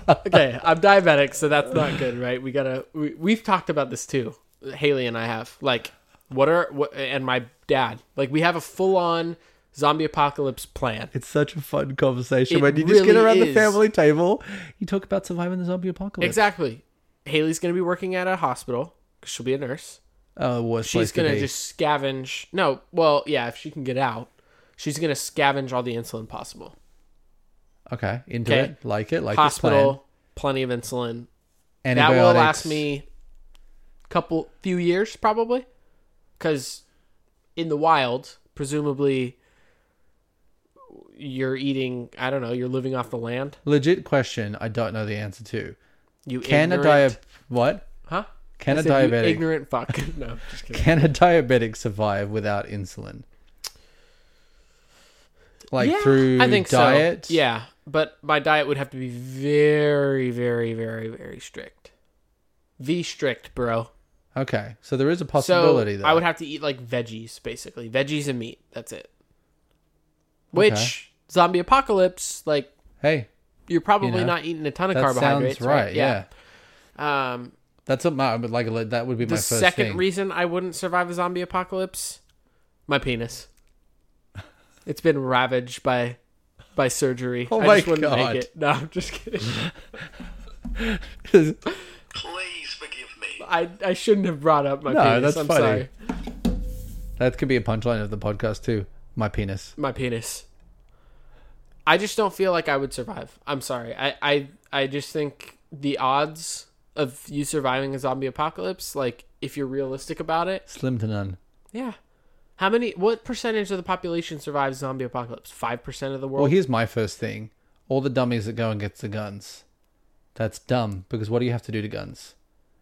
okay, I'm diabetic, so that's not good, right? We gotta. We, we've talked about this too. Haley and I have like, what are what, and my dad like we have a full on zombie apocalypse plan. It's such a fun conversation It when you just get really around the is. family table. You talk about surviving the zombie apocalypse. Exactly. Haley's gonna be working at a hospital. 'cause she'll be a nurse. Oh, worst place She's to gonna be. just scavenge. No, well, yeah, if she can get out, she's gonna scavenge all the insulin possible. okay into Okay. it. Like it. Like this plan. Hospital, plenty of insulin. That Antibiotics. will last me couple few years probably, because in the wild, presumably, you're eating. I don't know. You're living off the land. Legit question. I don't know the answer to. You Can ignorant, a diab what? huh? Can I a said you diabetic ignorant fuck? *laughs* no, just kidding. can a diabetic survive without insulin? Like Yeah, through I think diet? So. Yeah, but my diet would have to be very, very, very, very strict. V strict, bro. Okay. So there is a So possibility though. I would have to eat like veggies, basically veggies and meat. That's it. Which zombie apocalypse, like hey, you're probably know, not eating a ton of that carbohydrates, sounds right. Yeah. Yeah. Um, That's a my but like that would be the my first second thing. reason I wouldn't survive a zombie apocalypse, my penis. *laughs* It's been ravaged by by surgery. Oh I my just wouldn't God. make it. No, I'm just kidding. *laughs* Please forgive me. I, I shouldn't have brought up my No, penis. that's I'm funny. sorry. that could be a punchline of the podcast too. My penis. My penis. I just don't feel like I would survive. I'm sorry. I, I I just think the odds of you surviving a zombie apocalypse, like if you're realistic about it, Slim to none. yeah. How many what percentage of the population survives zombie apocalypse? Five percent of the world? Well, here's my first thing. All the dummies that go and gets the guns. That's dumb because what do you have to do to guns?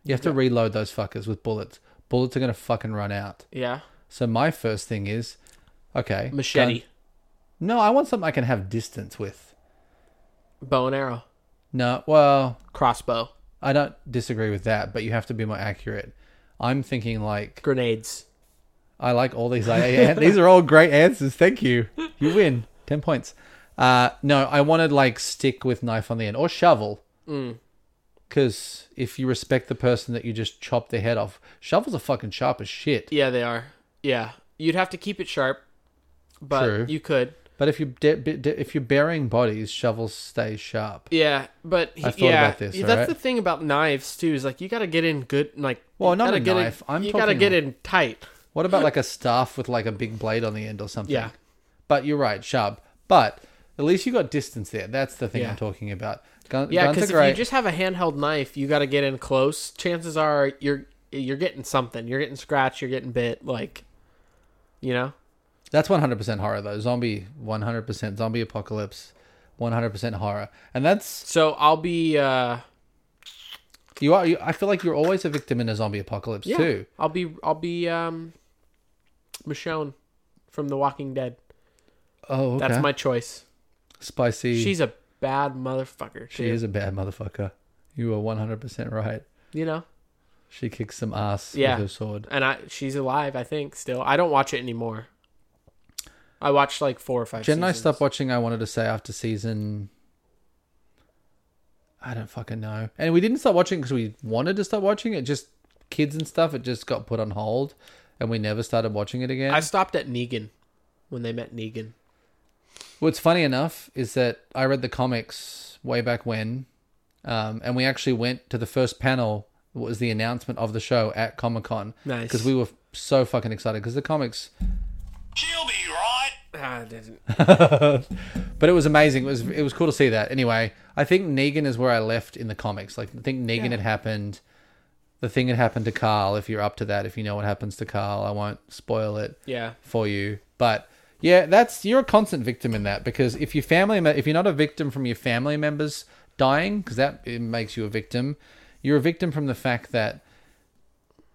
You have to reload those fuckers with bullets. Bullets are going to fucking run out. yeah. So my first thing is okay. Machete. gun- No, I want something I can have distance with. Bow and arrow. No, well, Crossbow. I don't disagree with that, but you have to be more accurate. I'm thinking like Grenades. I like all these. I, these are all great answers. Thank you. You win. Ten points. Uh, no, I wanted like stick with knife on the end or shovel. Mm. Because if you respect the person that you just chopped their head off, shovels are fucking sharp as shit. Yeah, they are. Yeah. You'd have to keep it sharp, but True. you could. But if you de- be- de- if you're burying bodies, shovels stay sharp. Yeah, but he, I've thought yeah, about this, yeah, alright? that's the thing about knives too. Is like you got to get in good, like Well, you not gotta a get in- knife, I'm you got to talking get like- in tight. What about like a staff with like a big blade on the end or something? Yeah. But you're right, sharp. But at least you got distance there. That's the thing Yeah. I'm talking about. Gun- Yeah, guns because are if great. you just have a handheld knife, you got to get in close. Chances are you're you're getting something. You're getting scratched. You're getting bit. Like, you know, That's 100% horror though. Zombie 100% zombie apocalypse 100% horror. And that's so I'll be uh, you are you, I feel like you're always a victim in a zombie apocalypse yeah, too. I'll be I'll be um, Michonne from The Walking Dead. Oh, okay. That's my choice. spicy. She's a bad motherfucker. she is a bad motherfucker. You are 100% right. you know, She kicks some ass Yeah. with her sword. and I she's alive. I think still. I don't watch it anymore. I watched like four or five. Jen and I seasons. stopped watching I wanted to say after season I don't fucking know. And we didn't start watching cuz we wanted to start watching it just kids and stuff it just got put on hold and we never started watching it again. I stopped at Negan when they met Negan. What's funny enough is that I read the comics way back when, um, and we actually went to the first panel was the announcement of the show at Comic Con. Nice. because we were so fucking excited because the comics. She'll be right. Ah, I didn't. But it was amazing. It was it was cool to see that. Anyway, I think Negan is where I left in the comics. Like I think Negan had happened. The the thing that happened to Carl. If you're up to that, if you know what happens to Carl, I won't spoil it Yeah. for you. But yeah, that's you're a constant victim in that because if your family, me- if you're not a victim from your family members dying, because that it makes you a victim, you're a victim from the fact that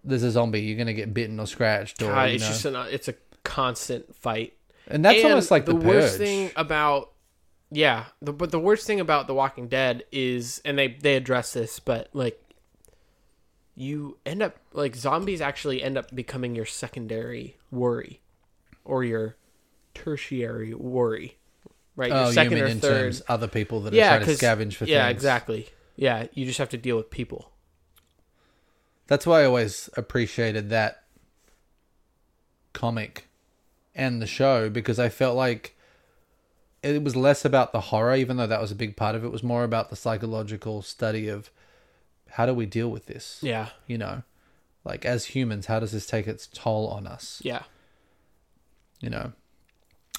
there's a zombie, you're gonna get bitten or scratched or God, you it's know. just an, it's a constant fight. and that's And almost like the, purge. worst thing about yeah, the, but the worst thing about The Walking Dead is, and they they address this, but like you end up like zombies actually end up becoming your secondary worry or your tertiary worry, right? Your oh, you mean in terms other people that yeah, are 'cause- trying to scavenge for yeah, things. exactly. Yeah, you just have to deal with people. That's why I always appreciated that comic and the show because I felt like it was less about the horror, even though that was a big part of it. It was more about the psychological study of how do we deal with this? Yeah, You know, like as humans, how does this take its toll on us? yeah, You know,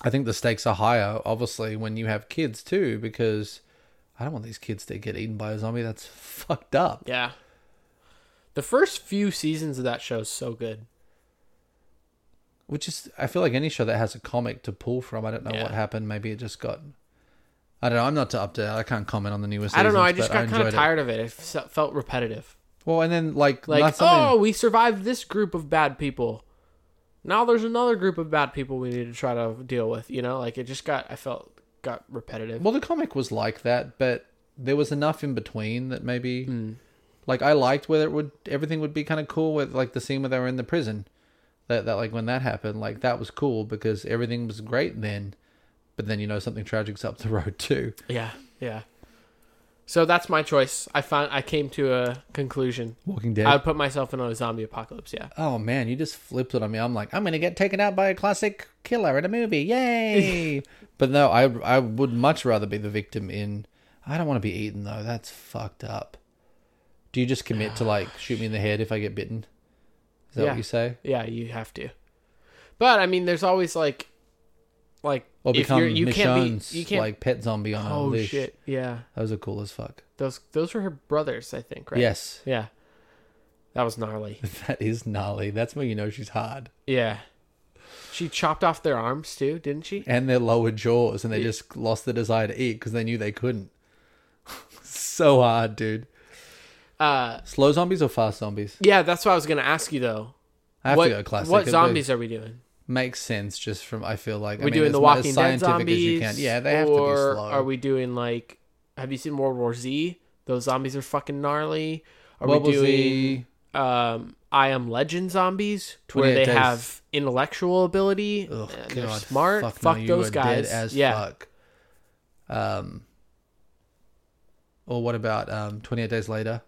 I think the stakes are higher, obviously, when you have kids too, because I don't want these kids to get eaten by a zombie. That's *laughs* fucked up. yeah. The first few seasons of that show is so good. which is I feel like any show that has a comic to pull from. I don't know Yeah. what happened. Maybe it just got. I don't know. I'm not to update. I can't comment on the newest. I don't know. I seasons, just but got kind enjoyed of it. tired of it. It f- felt repetitive. Well, and then like Like, not oh, something- we survived this group of bad people. Now there's another group of bad people we need to try to deal with. You know, like it just got. I felt got repetitive. Well, the comic was like that, but there was enough in between that maybe, Hmm. like I liked where it would everything would be kind of cool with like the scene where they were in the prison. That that like when that happened, like that was cool because everything was great then, but then you know something tragic's up the road too. Yeah, yeah. So that's my choice. I found I came to a conclusion. Walking Dead. I would put myself in a zombie apocalypse. Yeah. Oh man, you just flipped it on me. I'm like, I'm gonna get taken out by a classic killer in a *laughs* movie, yay! but no, I I would much rather be the victim in. I don't want to be eaten though. That's fucked up. Do you just commit *sighs* to like shoot me in the head if I get bitten? Is that Yeah. what you say? Yeah, you have to. But I mean, there's always like, like Or if become you're you can't Michonne's be you can't. like pet zombie on a oh leash? shit! Yeah, Those are cool as fuck. those those were her brothers, I think. Right? Yes, *laughs* Yeah. That was gnarly. that is gnarly. That's when you know she's hard. Yeah. She chopped off their arms too, didn't she? and their lower jaws, and they just lost the desire to eat because they knew they couldn't. *laughs* so hard, dude. Uh, Slow zombies or fast zombies? Yeah, that's what I was gonna ask you though. I have what, to go classic. What It zombies are we doing? makes sense just from I feel like Are I we mean, doing as the mu- as Walking Dead scientific zombies? as you can. Yeah, they have to be or slow. Are we doing like? Have you seen World War Z? Those zombies are fucking gnarly. Are What we was doing the- um, I Am Legend zombies where 28 they days. have intellectual ability? Ugh, and they're God, smart. Fuck, no, you those are guys. Dead as yeah, fuck. Um. Or what about um, Twenty Eight Days Later?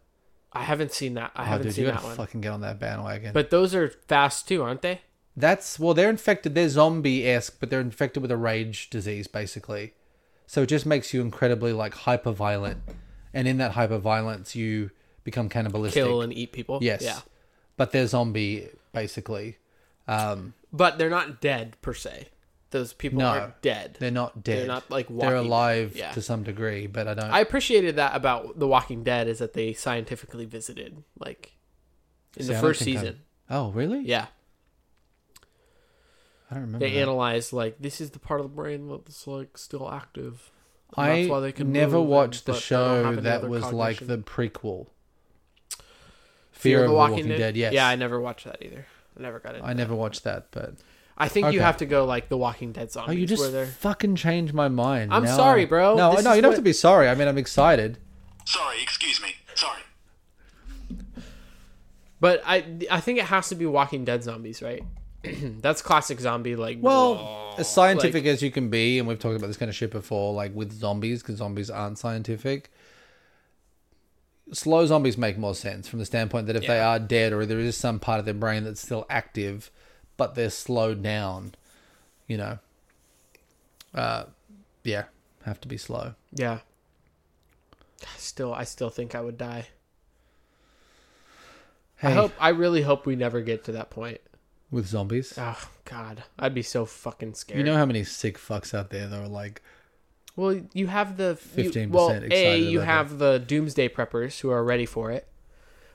I haven't seen that. I Oh, haven't dude, seen you that gotta one. fucking get on that bandwagon. But those are fast too, aren't they? That's well, they're infected. They're zombie esque, but they're infected with a rage disease, basically. So it just makes you incredibly like hyper violent, and in that hyper violence, you become cannibalistic. Kill and eat people. yes, Yeah. but they're zombie basically. Um, But they're not dead per se. Those people No. aren't dead. they're not dead. not, like, they're walking- alive yeah. to some degree, but I don't. I appreciated that about The Walking Dead is that they scientifically visited, like in see, I the don't first think I- season. oh really? Yeah, I don't remember. they that. analyzed like this is the part of the brain that's like still active. and I that's why they can never move and- watched but the they don't have show any that other was like the cognition. prequel. Fear, of the Walking, Dead. Yes. Yeah, I never watched that either. I never got it. I I, never watched that, but think okay. you have to go like The Walking Dead Oh, zombies. you just where they're... fucking changed my mind. I'm sorry, bro. No, This no, is you don't what- have to be sorry. I mean, I'm excited. Sorry, excuse me. Sorry. But I, I think it has to be Walking Dead zombies, right? *clears throat* that's classic zombie. Like, Well, blah. as scientific as you can be, and we've talked about this kind of shit before, like with zombies, because zombies aren't scientific. Slow zombies make more sense from the standpoint that if they are dead or there is some part of their brain that's still active, but they're slowed down, you know. Uh, yeah, have to be slow. yeah. Still, I still think I would die. I Hey, hope. I really hope we never get to that point. with zombies. Oh God, I'd be so fucking scared. You know how many sick fucks out there that are like, well, you have the you- 15% Well, a excited you about have the doomsday preppers who are ready for it,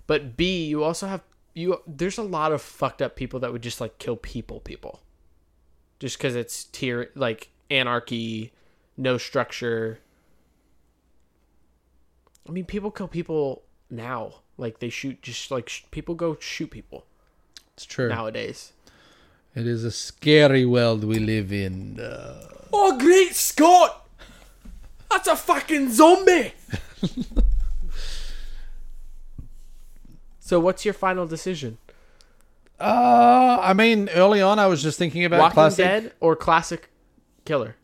But B, you also have you. There's a lot of fucked up people that would just like kill people. People, just because it's tier like anarchy, no structure. I mean, people kill people now. Like they shoot, just like sh- people go shoot people It's true. nowadays. It is a scary world we live in. Uh, Oh, great Scott! That's a fucking zombie! so, what's your final decision? uh, I mean, early on, I was just thinking about Walking classic. Dead or classic killer?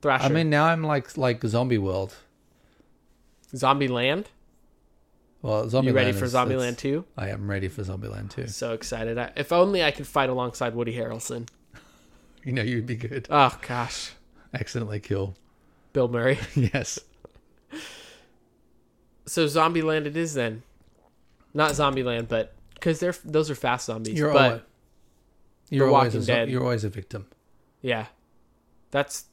Thrasher. I mean, now I'm like like Zombie World. Zombie Land? Well, Zombie. You ready for Zombie Land 2? I am ready for Zombie Land too. So excited. I, if only I could fight alongside Woody Harrelson. You know, you'd be good. Oh, gosh. Accidentally kill. *laughs* Bill Murray. *laughs* Yes. so, Zombie Land it is then. Not Zombie Land, but. Because they're those are fast zombies. You're but always, you're The always a Walking zo- Dead. you're always a victim. yeah. That's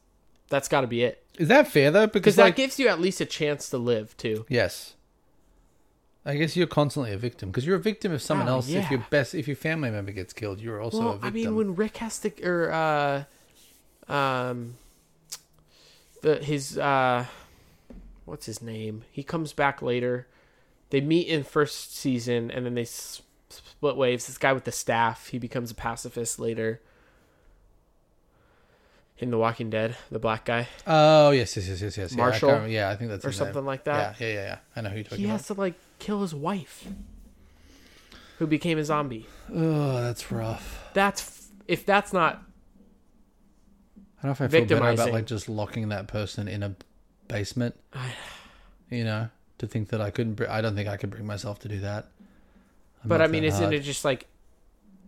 that's got to be it. Is that fair though? Because Because that like, gives you at least a chance to live, too. yes, I guess you're constantly a victim because you're a victim of someone Oh, else. If yeah. your best, if your family member gets killed, you're also a Well, victim. I mean, when Rick has to, or uh, um, the his uh, what's his name? He comes back later. They meet in first season, and then they s- split waves. This guy with the staff, he becomes a pacifist later. In The Walking Dead, the black guy, oh yes, yes, yes, yes, yes. yeah, I Marshall? can't- Yeah, I think that's or his name. something like that. Yeah, yeah, yeah, yeah. I know who you're talking he has to like kill his wife, who became a zombie. about. Oh, that's rough. That's f- if that's not I don't know if I feel better about Victimizing. like just locking that person in a basement. you know, to think that I couldn't. Br- I don't think I could bring myself to do that. I'm But not I mean, that isn't hard. it just like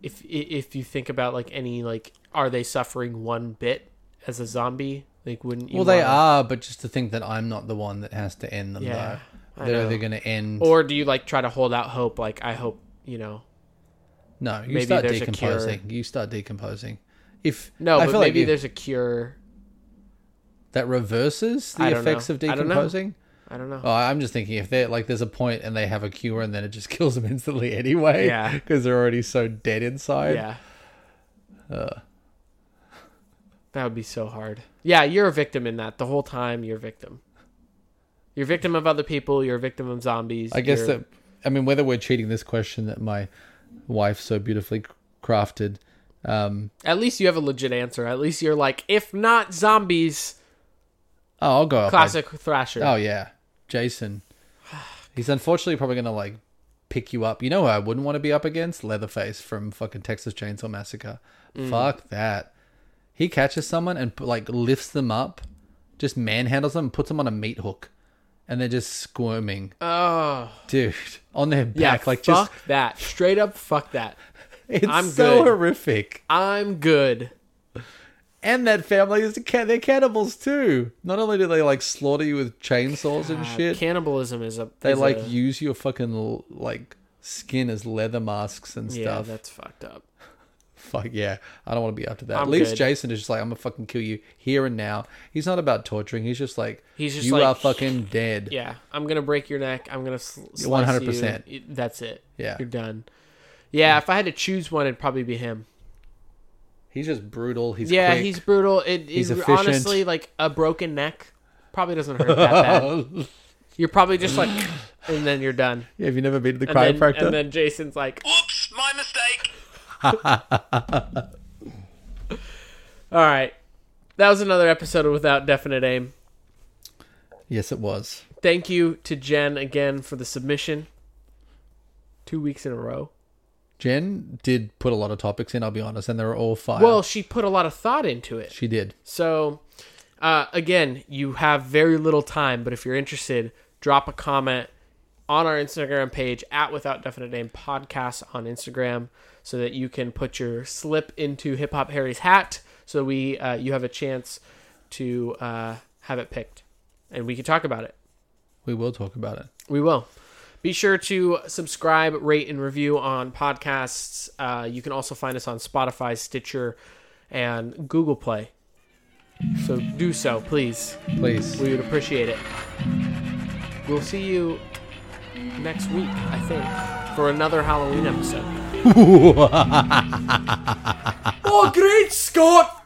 if i- if you think about like any like are they suffering one bit as a zombie? Like wouldn't you? Well, they wanna- are, but just to think that I'm not the one that has to end them. Yeah, though. I They're know. either going to end Or do you like try to hold out hope? Like I hope you know. no. You maybe start there's a cure. decomposing. You start decomposing. If No, I but feel maybe like if there's a cure. that reverses the I don't effects know. of I don't know. decomposing. I don't know. Oh, I'm just thinking if they like there's a point and they have a cure and then it just *laughs* kills them instantly anyway. Yeah. because they're already so dead inside. yeah. Uh. That would be so hard. Yeah, you're a victim in that the whole time. You're a victim. You're a victim of other people. You're a victim of zombies. I guess you're- that I mean whether we're cheating this question that my wife so beautifully crafted. Um, at least you have a legit answer. At least you're like, if not zombies, oh, I'll go up. I- classic Thrasher. Oh yeah, Jason. *sighs* He's unfortunately probably gonna like pick you up. You know who I wouldn't want to be up against? Leatherface from fucking Texas Chainsaw Massacre. Mm. Fuck that. He catches someone and like lifts them up, just manhandles them, puts them on a meat hook, and they're just squirming, oh. dude, on their Yeah, back. like fuck just that. Straight up, fuck that. *laughs* it's I'm so good. horrific. I'm good. And that family is ca- they're cannibals too. Not only do they like slaughter you with chainsaws and Uh, shit, Cannibalism is a. They is like a- use your fucking l- like skin as leather masks and Yeah, stuff. that's fucked up. Fuck yeah, I don't want to be after that. I'm At least good. Jason is just like, I'm gonna fucking kill you here and now. He's not about torturing. He's just like, He's just you like, are fucking dead. Yeah, I'm gonna break your neck. I'm gonna sl- slice 100%. you. It- That's it. Yeah. you're done. Yeah, if I had to choose one, it'd probably be him. He's just brutal. He's yeah, quick. he's brutal. It He's is efficient. honestly like a broken neck. Probably doesn't hurt that bad. *laughs* You're probably just like, and then you're done. yeah, have you never been to the And then, chiropractor? and then Jason's like, Whoops, my mistake. "All right, that was another episode of Without Definite Aim." yes, it was. Thank you to Jen again for the submission. Two weeks in a row. Jen did put a lot of topics in. I'll be honest, and they were all fire. Well, she put a lot of thought into it. she did. So, uh, again, you have very little time, but if you're interested, drop a comment on our Instagram page at Without Definite Name Podcast on Instagram, so that you can put your slip into Hip Hop Harry's hat, so we uh, you have a chance to uh, have it picked, and we can talk about it. We will talk about it. We will. Be sure to subscribe, rate, and review on podcasts. Uh, you can also find us on Spotify, Stitcher, and Google Play. So do so, please. Please. We would appreciate it. We'll see you next week, I think. for another Halloween episode. oh, great Scott!